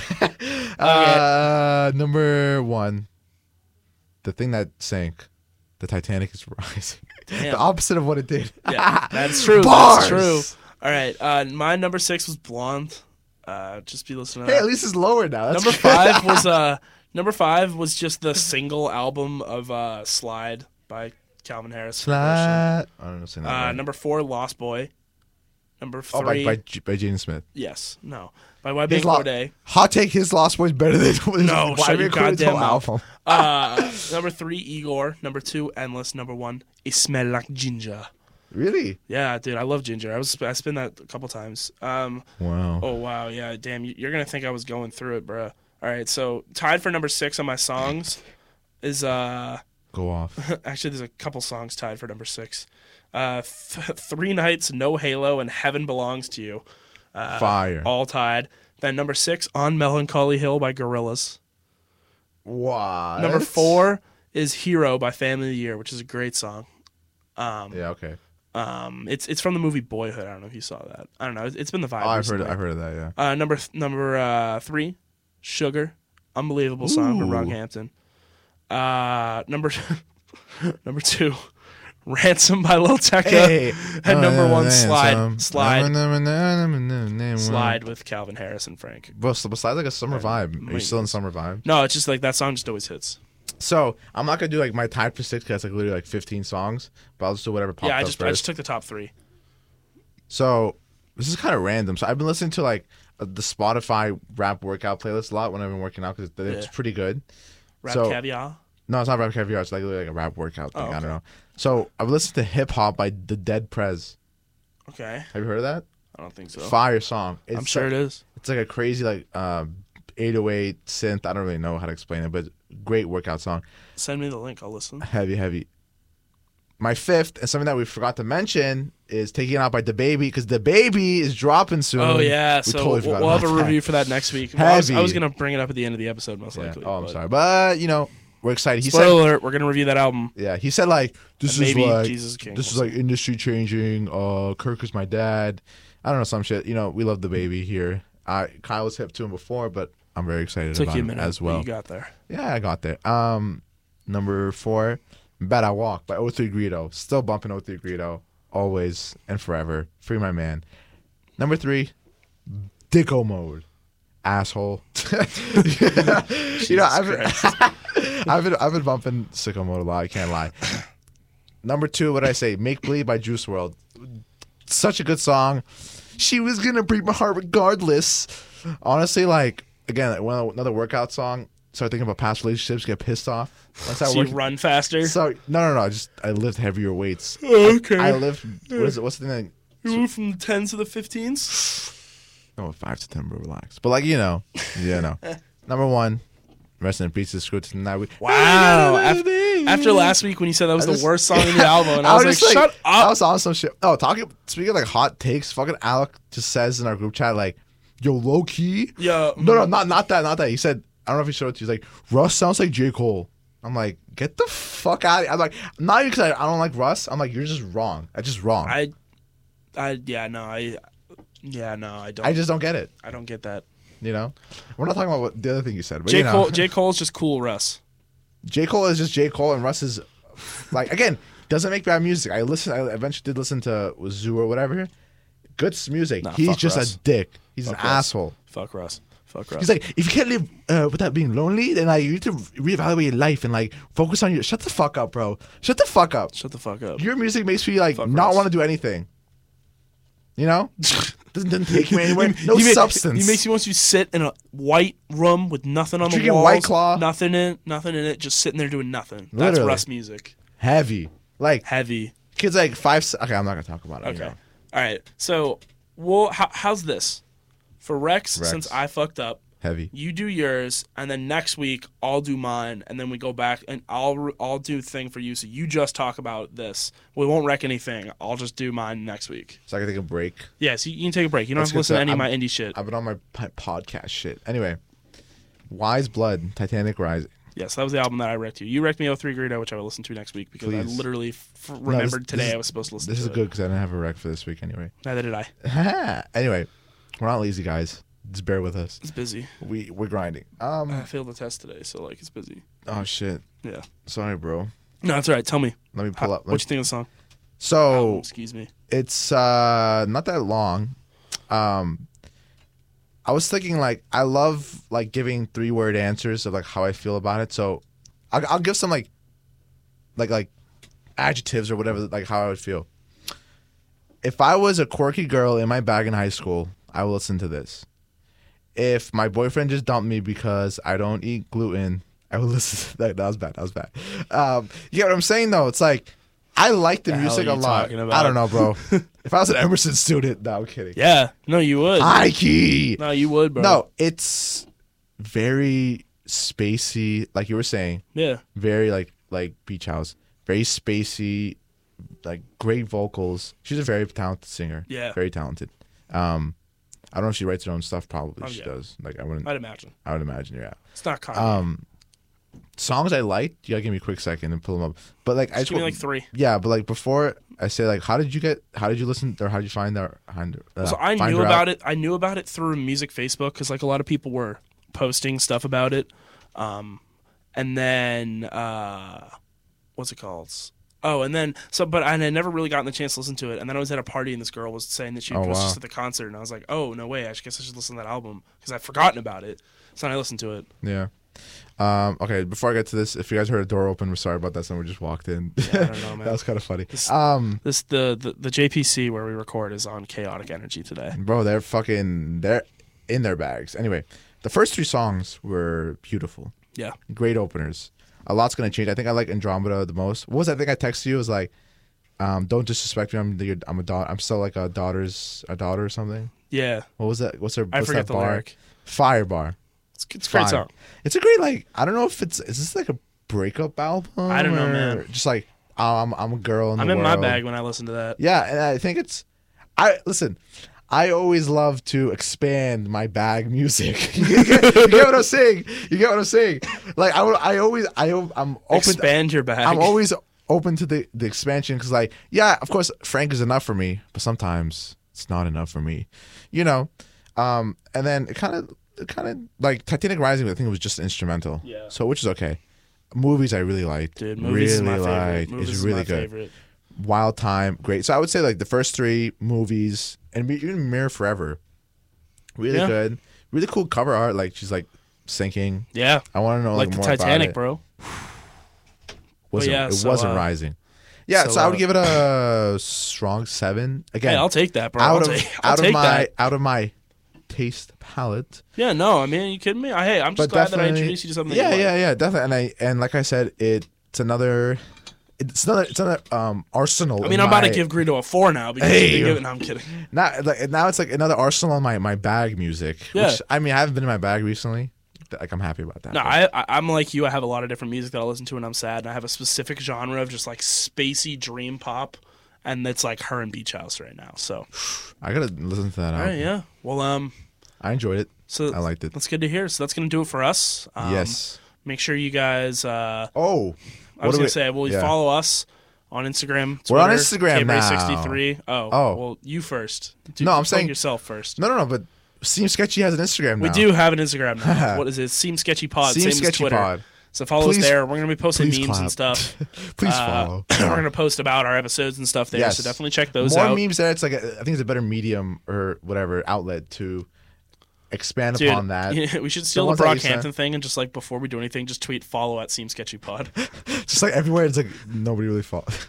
B: uh, number one, the thing that sank, the Titanic is rising.
A: Damn.
B: the opposite of what it did.
A: Yeah, that's true. That's
B: Bars!
A: true. All right. Uh, my number six was Blonde. Uh, just be listening. To
B: Hey,
A: that.
B: at least it's lower now. That's
A: number
B: good.
A: five was uh, number five was just the single album of uh, Slide by Calvin Harris.
B: Slide. I don't know. Saying that
A: Uh,
B: right.
A: number four, Lost Boy. Number three,
B: oh, by, by, J- by Jaden Smith.
A: yes, no, by YB
B: His lo-
A: Cordae.
B: Hot take: His Lost Boys better than his
A: No, shut
B: Wyman
A: your
B: Cordae's whole
A: goddamn mouth.
B: album.
A: Uh, number three, Igor. Number two, Endless. Number one, It Smell Like Ginger.
B: Really?
A: Yeah, dude, I love ginger. I was I spin that a couple times. Um,
B: Wow.
A: oh wow, yeah, damn, you- you're gonna think I was going through it, bruh. All right, so tied for number six on my songs is uh
B: Go off.
A: actually there's a couple songs tied for number six. Uh, th- three nights, no halo, and heaven belongs to you,
B: Fire.
A: all tied. Then number six, on melancholy hill by Gorillaz.
B: Wow.
A: Number four is hero by Family of the Year, which is a great song.
B: Yeah. Okay.
A: Um, it's it's from the movie Boyhood. I don't know if you saw that. I don't know. It's, it's been the vibe.
B: Oh, I've heard.
A: recently.
B: I've heard of that. Yeah.
A: Uh, number th- number uh, three, Sugar, unbelievable song
B: Ooh.
A: from Rockhampton. Uh, number number two, Ransom by Lil Tecca.
B: Oh,
A: and number one, Slide,
B: um,
A: Slide,
B: Slide.
A: Slide with Calvin Harris and Frank.
B: Bro, so besides like a summer vibe, are you
A: Wait.
B: still in summer vibe?
A: No, it's just like that song just always hits.
B: So I'm not gonna do like my tied for six because like literally like 15 songs, but I'll just do whatever pops
A: yeah, I
B: up
A: just I
B: first.
A: just took the top three.
B: So this is kind of random. So I've been listening to like uh, the Spotify rap workout playlist a lot when I've been working out because it's
A: Yeah.
B: pretty good.
A: Rap
B: So-
A: caviar.
B: No, it's not rap caviar. It's like literally like a rap workout thing.
A: Oh,
B: I don't
A: okay.
B: know. So I've listened to hip hop by the Dead Prez.
A: Okay,
B: Have you heard of that?
A: I don't think so.
B: Fire song. It's
A: I'm sure it is.
B: It's like a crazy like um 808 synth. I don't really know how to explain it, but great workout song.
A: Send me the link. I'll listen.
B: Heavy, heavy. My fifth and something that we forgot to mention is taking out by the baby because the baby is dropping soon.
A: Oh yeah,
B: we
A: so
B: totally
A: we'll,
B: forgot
A: we'll have a
B: about that.
A: review for that next week. Well, I, was, I
B: Heavy.
A: was gonna bring it up at the end of the episode, most
B: Yeah.
A: likely.
B: Oh, I'm
A: but-
B: sorry, but you know we're excited. He
A: Spoiler
B: said,
A: alert, we're gonna review that album.
B: yeah, he said like this
A: And
B: is
A: maybe
B: like
A: Jesus is King
B: this is
A: also.
B: like industry changing. Uh, Kirk is my dad. I don't know some shit. You know, we love the baby here. I Kyle was hip to him before, but I'm very excited
A: Took
B: about
A: you a
B: him
A: minute
B: as
A: but
B: well.
A: You got there.
B: Yeah, I got there. Um, number four, "Bet I Walk" by O3 Greedo. Still bumping O3 Greedo, always and forever. Free my man. Number three, Dicko Mode, asshole. you know, I've been, I've been I've been bumping Sicko Mode a lot. I can't lie. Number two, what I say, "Make Believe" by Juice World. Such a good song. She was gonna break my heart regardless. Honestly, like again, like, one, another workout song. Start thinking about past relationships. Get pissed off. Once I
A: So you
B: worked,
A: run faster.
B: so no, no, no. I Just I lift heavier weights.
A: okay.
B: I lift. What is it? What's the thing?
A: you move from the tens to the fifteens.
B: No, five to ten, bro. Relax. But like you know, yeah, no. Number one, rest in peace. Screw to that we.
A: Wow. After, after last week when you said that was the
B: I just-
A: worst song in the album, and I, was
B: just
A: like, shut
B: That
A: up.
B: was awesome shit. Oh, talking speaking of like hot takes, fucking Alec just says in our group chat like, "Yo, low key."
A: Yo.
B: No, no, not not that, not that. He said, I don't know if he showed it to you. He's like, Russ sounds like J Cole. I'm like, get the fuck out. of here. I'm like, not even because I, I don't like Russ. I'm like, you're just wrong. I just wrong. I,
A: I, I yeah no I, yeah no I don't I,
B: I just don't get it.
A: don't get that.
B: You know, we're not talking about what the other thing you said. But
A: J
B: you know,
A: Cole J Cole's just cool Russ.
B: J. Cole is just J. Cole, and Russ is like again doesn't make bad music. I listen. I eventually did listen to Zoo or whatever. Good s- music.
A: Nah,
B: He's
A: fuck
B: just
A: Russ.
B: a dick. He's an
A: Fuck Russ.
B: asshole.
A: Fuck Russ. Fuck Russ.
B: He's like, if you can't live uh, without being lonely, then like you need to re- reevaluate your life and like focus on your. Shut the fuck up, bro. Shut the fuck up.
A: shut the fuck up.
B: Your music makes me like
A: Fuck
B: not
A: Russ.
B: want to do anything. You know. Doesn't, doesn't take me anywhere. No
A: He ma-
B: substance.
A: He makes you want you to sit in a white room with nothing on the
B: Drinking
A: walls,
B: White Claw.
A: nothing in, nothing in it, just sitting there doing nothing. That's
B: Literally.
A: Russ music,
B: heavy. Like
A: heavy.
B: kids, like five. se- Okay, I'm not gonna talk about it.
A: Okay,
B: You know.
A: all right. So, well, how, how's this for Rex,
B: Rex.
A: Since I fucked up,
B: Heavy.
A: you do yours, and then next week I'll do mine, and then we go back and I'll re- I'll do thing for you. So you just talk about this. We won't wreck anything. I'll just do mine next week.
B: So I can take a break.
A: Yeah, so you can take a break. You don't
B: Let's
A: have to listen
B: get to-
A: to any of my
B: I'm-
A: indie shit.
B: I've been on my p- podcast shit. Anyway, Wise Blood, Titanic Rising.
A: Yes, that was the album that I wrecked you. You wrecked me 03 Greedo, which I will listen to next week because I
B: Please.
A: literally f-
B: this-
A: remembered
B: this
A: today
B: is-
A: I was supposed to listen
B: This
A: to
B: is
A: it.
B: good because I didn't have a rec for this week anyway.
A: Neither did I.
B: anyway, we're not lazy guys. Just bear with us.
A: It's busy.
B: We we're grinding. Um.
A: I failed the test today, so like it's busy.
B: Oh shit.
A: Uh, Yeah.
B: Sorry, bro.
A: No, that's all right. Tell me.
B: Let me
A: How-
B: pull up. Oh.
A: what
B: let me-
A: you think of the song?
B: so
A: Excuse me.
B: it's uh not that long. Um. I was thinking like I love like giving three word answers of like how I feel about it. So, I'll, I'll give some like, like like, adjectives or whatever like how I would feel. If I was a quirky girl in my bag in high school, I would listen to this. If my boyfriend just dumped me because I don't eat gluten, I would listen to that. That was bad. That was bad. Um, you get what I'm saying though? It's like I like the,
A: The hell
B: music
A: are
B: a
A: you
B: lot.
A: talking about?
B: I don't know, bro. if I was an Emerson student, no, I'm kidding.
A: Yeah. No, you would.
B: High key.
A: no, you would, bro.
B: No, it's very spacey, like you were saying.
A: Yeah.
B: Very like like beach house. Very spacey, like great vocals. She's a very talented singer.
A: Yeah.
B: Very talented. Um I don't know if she writes her own stuff, probably
A: Oh,
B: she
A: yeah.
B: does. Like I wouldn't
A: I'd imagine.
B: I would imagine, yeah.
A: It's not common.
B: Um songs I liked, you gotta give me a quick second and pull them up. But like I
A: Just
B: just
A: give me
B: wa-
A: like three.
B: yeah, but like before I say like how did you get how did you listen or how did you find her find her- uh,
A: So I
B: find
A: knew
B: her out?
A: about it. I knew about it through music Facebook because like a lot of people were posting stuff about it, um, and then uh, what's it called? Oh, and then so, but I had never really gotten the chance to listen to it. And then I was at a party and this girl was saying that she
B: Oh,
A: was
B: wow.
A: just at the concert, and I was like, oh no way! I should- guess I should listen to that album because I'd forgotten about it. So then I listened to it.
B: Yeah. Um, okay, before I get to this, if you guys heard a door open, we're sorry about that. Someone just walked in.
A: I don't know, man.
B: that was kind of funny.
A: This-
B: Um,
A: This the, the the JPC where we record is on Chaotic Energy today.
B: bro, they're fucking they're in their bags. Anyway, the first three songs were beautiful,
A: Yeah,
B: great openers. A lot's gonna change. I think I like Andromeda the most. What was I think I texted you it was like, um, don't disrespect me. I'm the, I'm a daughter. I'm still like a daughter's a daughter or something.
A: yeah.
B: What was that? What's her? What's
A: I forget
B: that
A: the
B: bar?
A: lyric.
B: Fire bar.
A: It's, it's a great
B: Fire.
A: song.
B: It's a great like I don't know if it's is this like a breakup album?
A: I don't know,
B: or
A: man.
B: Just like oh, I'm I'm a girl in
A: I'm
B: the
A: in my
B: world.
A: bag when I listen to that.
B: Yeah, and I think it's I listen. I always love to expand my bag music. you, get, you get what I'm saying? You get what I'm saying? Like I, will- I always I am I'm open.
A: Expand your bag.
B: I'm always open to the the expansion because like yeah, of course Frank is enough for me, but sometimes it's not enough for me, you know. Um, and then it kind of it kind of like Titanic Rising, I think it was just instrumental.
A: Yeah.
B: So which is okay. Movies I really liked.
A: Dude, movies
B: really
A: is my favorite.
B: liked.
A: Movies
B: it's
A: is
B: really
A: my
B: good.
A: favorite.
B: Wild Time, great. So I would say like the first three movies and me- even Mirror Forever, really
A: Yeah.
B: good, really cool cover art. Like she's like sinking.
A: Yeah,
B: I want to know like,
A: like the
B: more about
A: Titanic,
B: it.
A: bro.
B: Wasn't,
A: yeah,
B: it
A: so,
B: wasn't
A: uh,
B: rising. Yeah, so,
A: so,
B: I would
A: uh,
B: give it a strong seven. Again,
A: Hey, I'll take that, bro. I'll
B: out of
A: take, I'll
B: out of
A: take
B: my
A: that.
B: out of my taste palette.
A: Yeah, no, I mean, you kidding me? I, hey, I'm just
B: But
A: glad that I
B: definitely-
A: introduced you to something.
B: Yeah,
A: that you
B: yeah, yeah, definitely. And I and like I said, it's another, it's another, it's another um arsenal.
A: I mean,
B: in
A: I'm about to
B: my-
A: give Greedo a four now because
B: Hey.
A: you give it. No, I'm kidding.
B: Not like now it's like another arsenal in my my bag music.
A: Yeah.
B: Which I mean I haven't been in my bag recently. but, Like I'm happy about that.
A: No,
B: But
A: I, I, I'm like you. I have a lot of different music that I listen to when I'm sad, and I have a specific genre of just like spacey dream pop, and it's like her and Beach House right now. So,
B: I gotta listen to that.
A: all
B: album.
A: right, yeah. Well, um,
B: I enjoyed it.
A: so
B: I liked it.
A: that's good to hear. So that's gonna do it for us. Um,
B: yes.
A: Make sure you guys. Uh,
B: Oh,
A: I was
B: do
A: gonna
B: we-
A: say, well, you
B: yeah.
A: follow us on Instagram. Twitter,
B: We're on Instagram
A: Cambria63. Oh,
B: Oh.
A: well, you first. Do,
B: No, I'm
A: plug
B: saying-
A: yourself first.
B: No, no, no. But Seems Sketchy has an Instagram.
A: We
B: now.
A: do have an Instagram now. what is it? Seem Sketchy Pod.
B: Seems
A: same as
B: Sketchy
A: Twitter.
B: Pod.
A: So follow
B: Please-
A: us there. We're gonna be posting
B: Please
A: memes
B: clap.
A: and stuff.
B: Please
A: Uh,
B: follow.
A: we're gonna post about our episodes and stuff there.
B: Yes.
A: So definitely check those
B: More
A: out.
B: memes there. It's like a, I think it's a better medium or whatever outlet to expand
A: Dude,
B: upon that.
A: we should steal
B: ones
A: the
B: that you sent.
A: Brockhampton thing and just like before we do anything, just tweet follow at Seem Sketchy Pod.
B: Just like everywhere, it's like nobody really follows.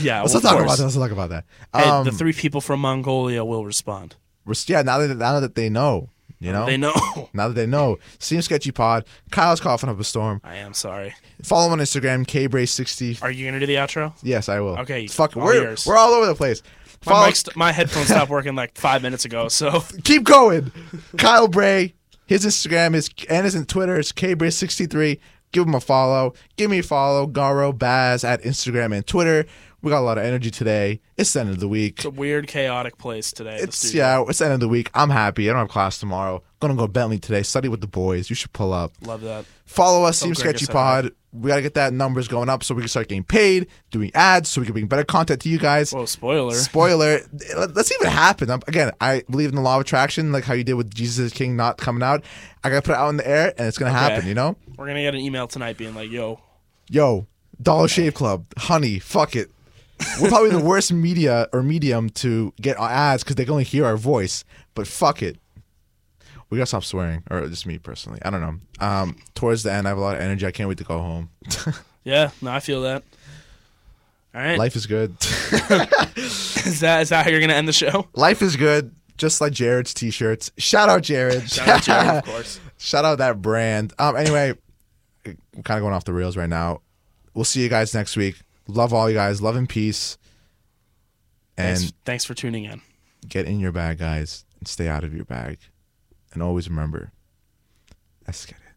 A: yeah,
B: Let's
A: well, of
B: not talk about
A: course.
B: that. Let's not talk about that.
A: Hey,
B: Um,
A: the three people from Mongolia will respond.
B: Res- Yeah, now that now that they know, you know,
A: They know.
B: now that they know, seems sketchy pod. Kyle's coughing up a storm.
A: I am sorry.
B: Follow him on Instagram, kbrace60.
A: Are you gonna do the outro?
B: Yes, I will.
A: Okay,
B: fuck,
A: all
B: we're
A: yours.
B: we're all over the place.
A: My,
B: Follow,
A: mic st- my headphones stopped working like five minutes ago, so
B: keep going. Kyle Bray, his Instagram is and his Twitter is kbray63. Give him a follow. Give me a follow. Garo Baz at Instagram and Twitter. We got a lot of energy today. It's the end of the week.
A: it's a weird, chaotic place today. the
B: It's
A: studio.
B: yeah, it's the end of the week. I'm happy. I don't have class tomorrow. Gonna go to Bentley today. Study with the boys. You should pull up.
A: Love that.
B: Follow us, Team
A: Greg
B: Sketchy
A: is out.
B: Pod. We gotta get that numbers going up so we can start getting paid, doing ads, so we can bring better content to you guys.
A: Whoa, spoiler.
B: Spoiler. Let- Let's see what happens. I'm, again, I believe in the law of attraction, like how you did with Jesus is King not coming out. I gotta put it out in the air, and it's gonna happen. You know,
A: We're gonna get an email tonight being like, "Yo,
B: yo, Dollar Shave Club, honey, fuck it. We're probably the worst media or medium to get our ads because they can only hear our voice. But fuck it. We gotta stop swearing, or just me personally. I don't know. Um, towards the end, I have a lot of energy. I can't wait to go home.
A: yeah, no, I feel that." All right,
B: Life is good.
A: is that is that how you're gonna end the show?
B: Life is good. Just like Jared's t-shirts. Shout out Jared.
A: Shout out Jared, of course.
B: Shout out that brand. Um. Anyway, I'm kind of going off the rails right now. We'll see you guys next week. Love all you guys. Love and peace. And
A: Thanks, thanks for tuning in.
B: get in your bag, guys, and stay out of your bag. And always remember, let's get it.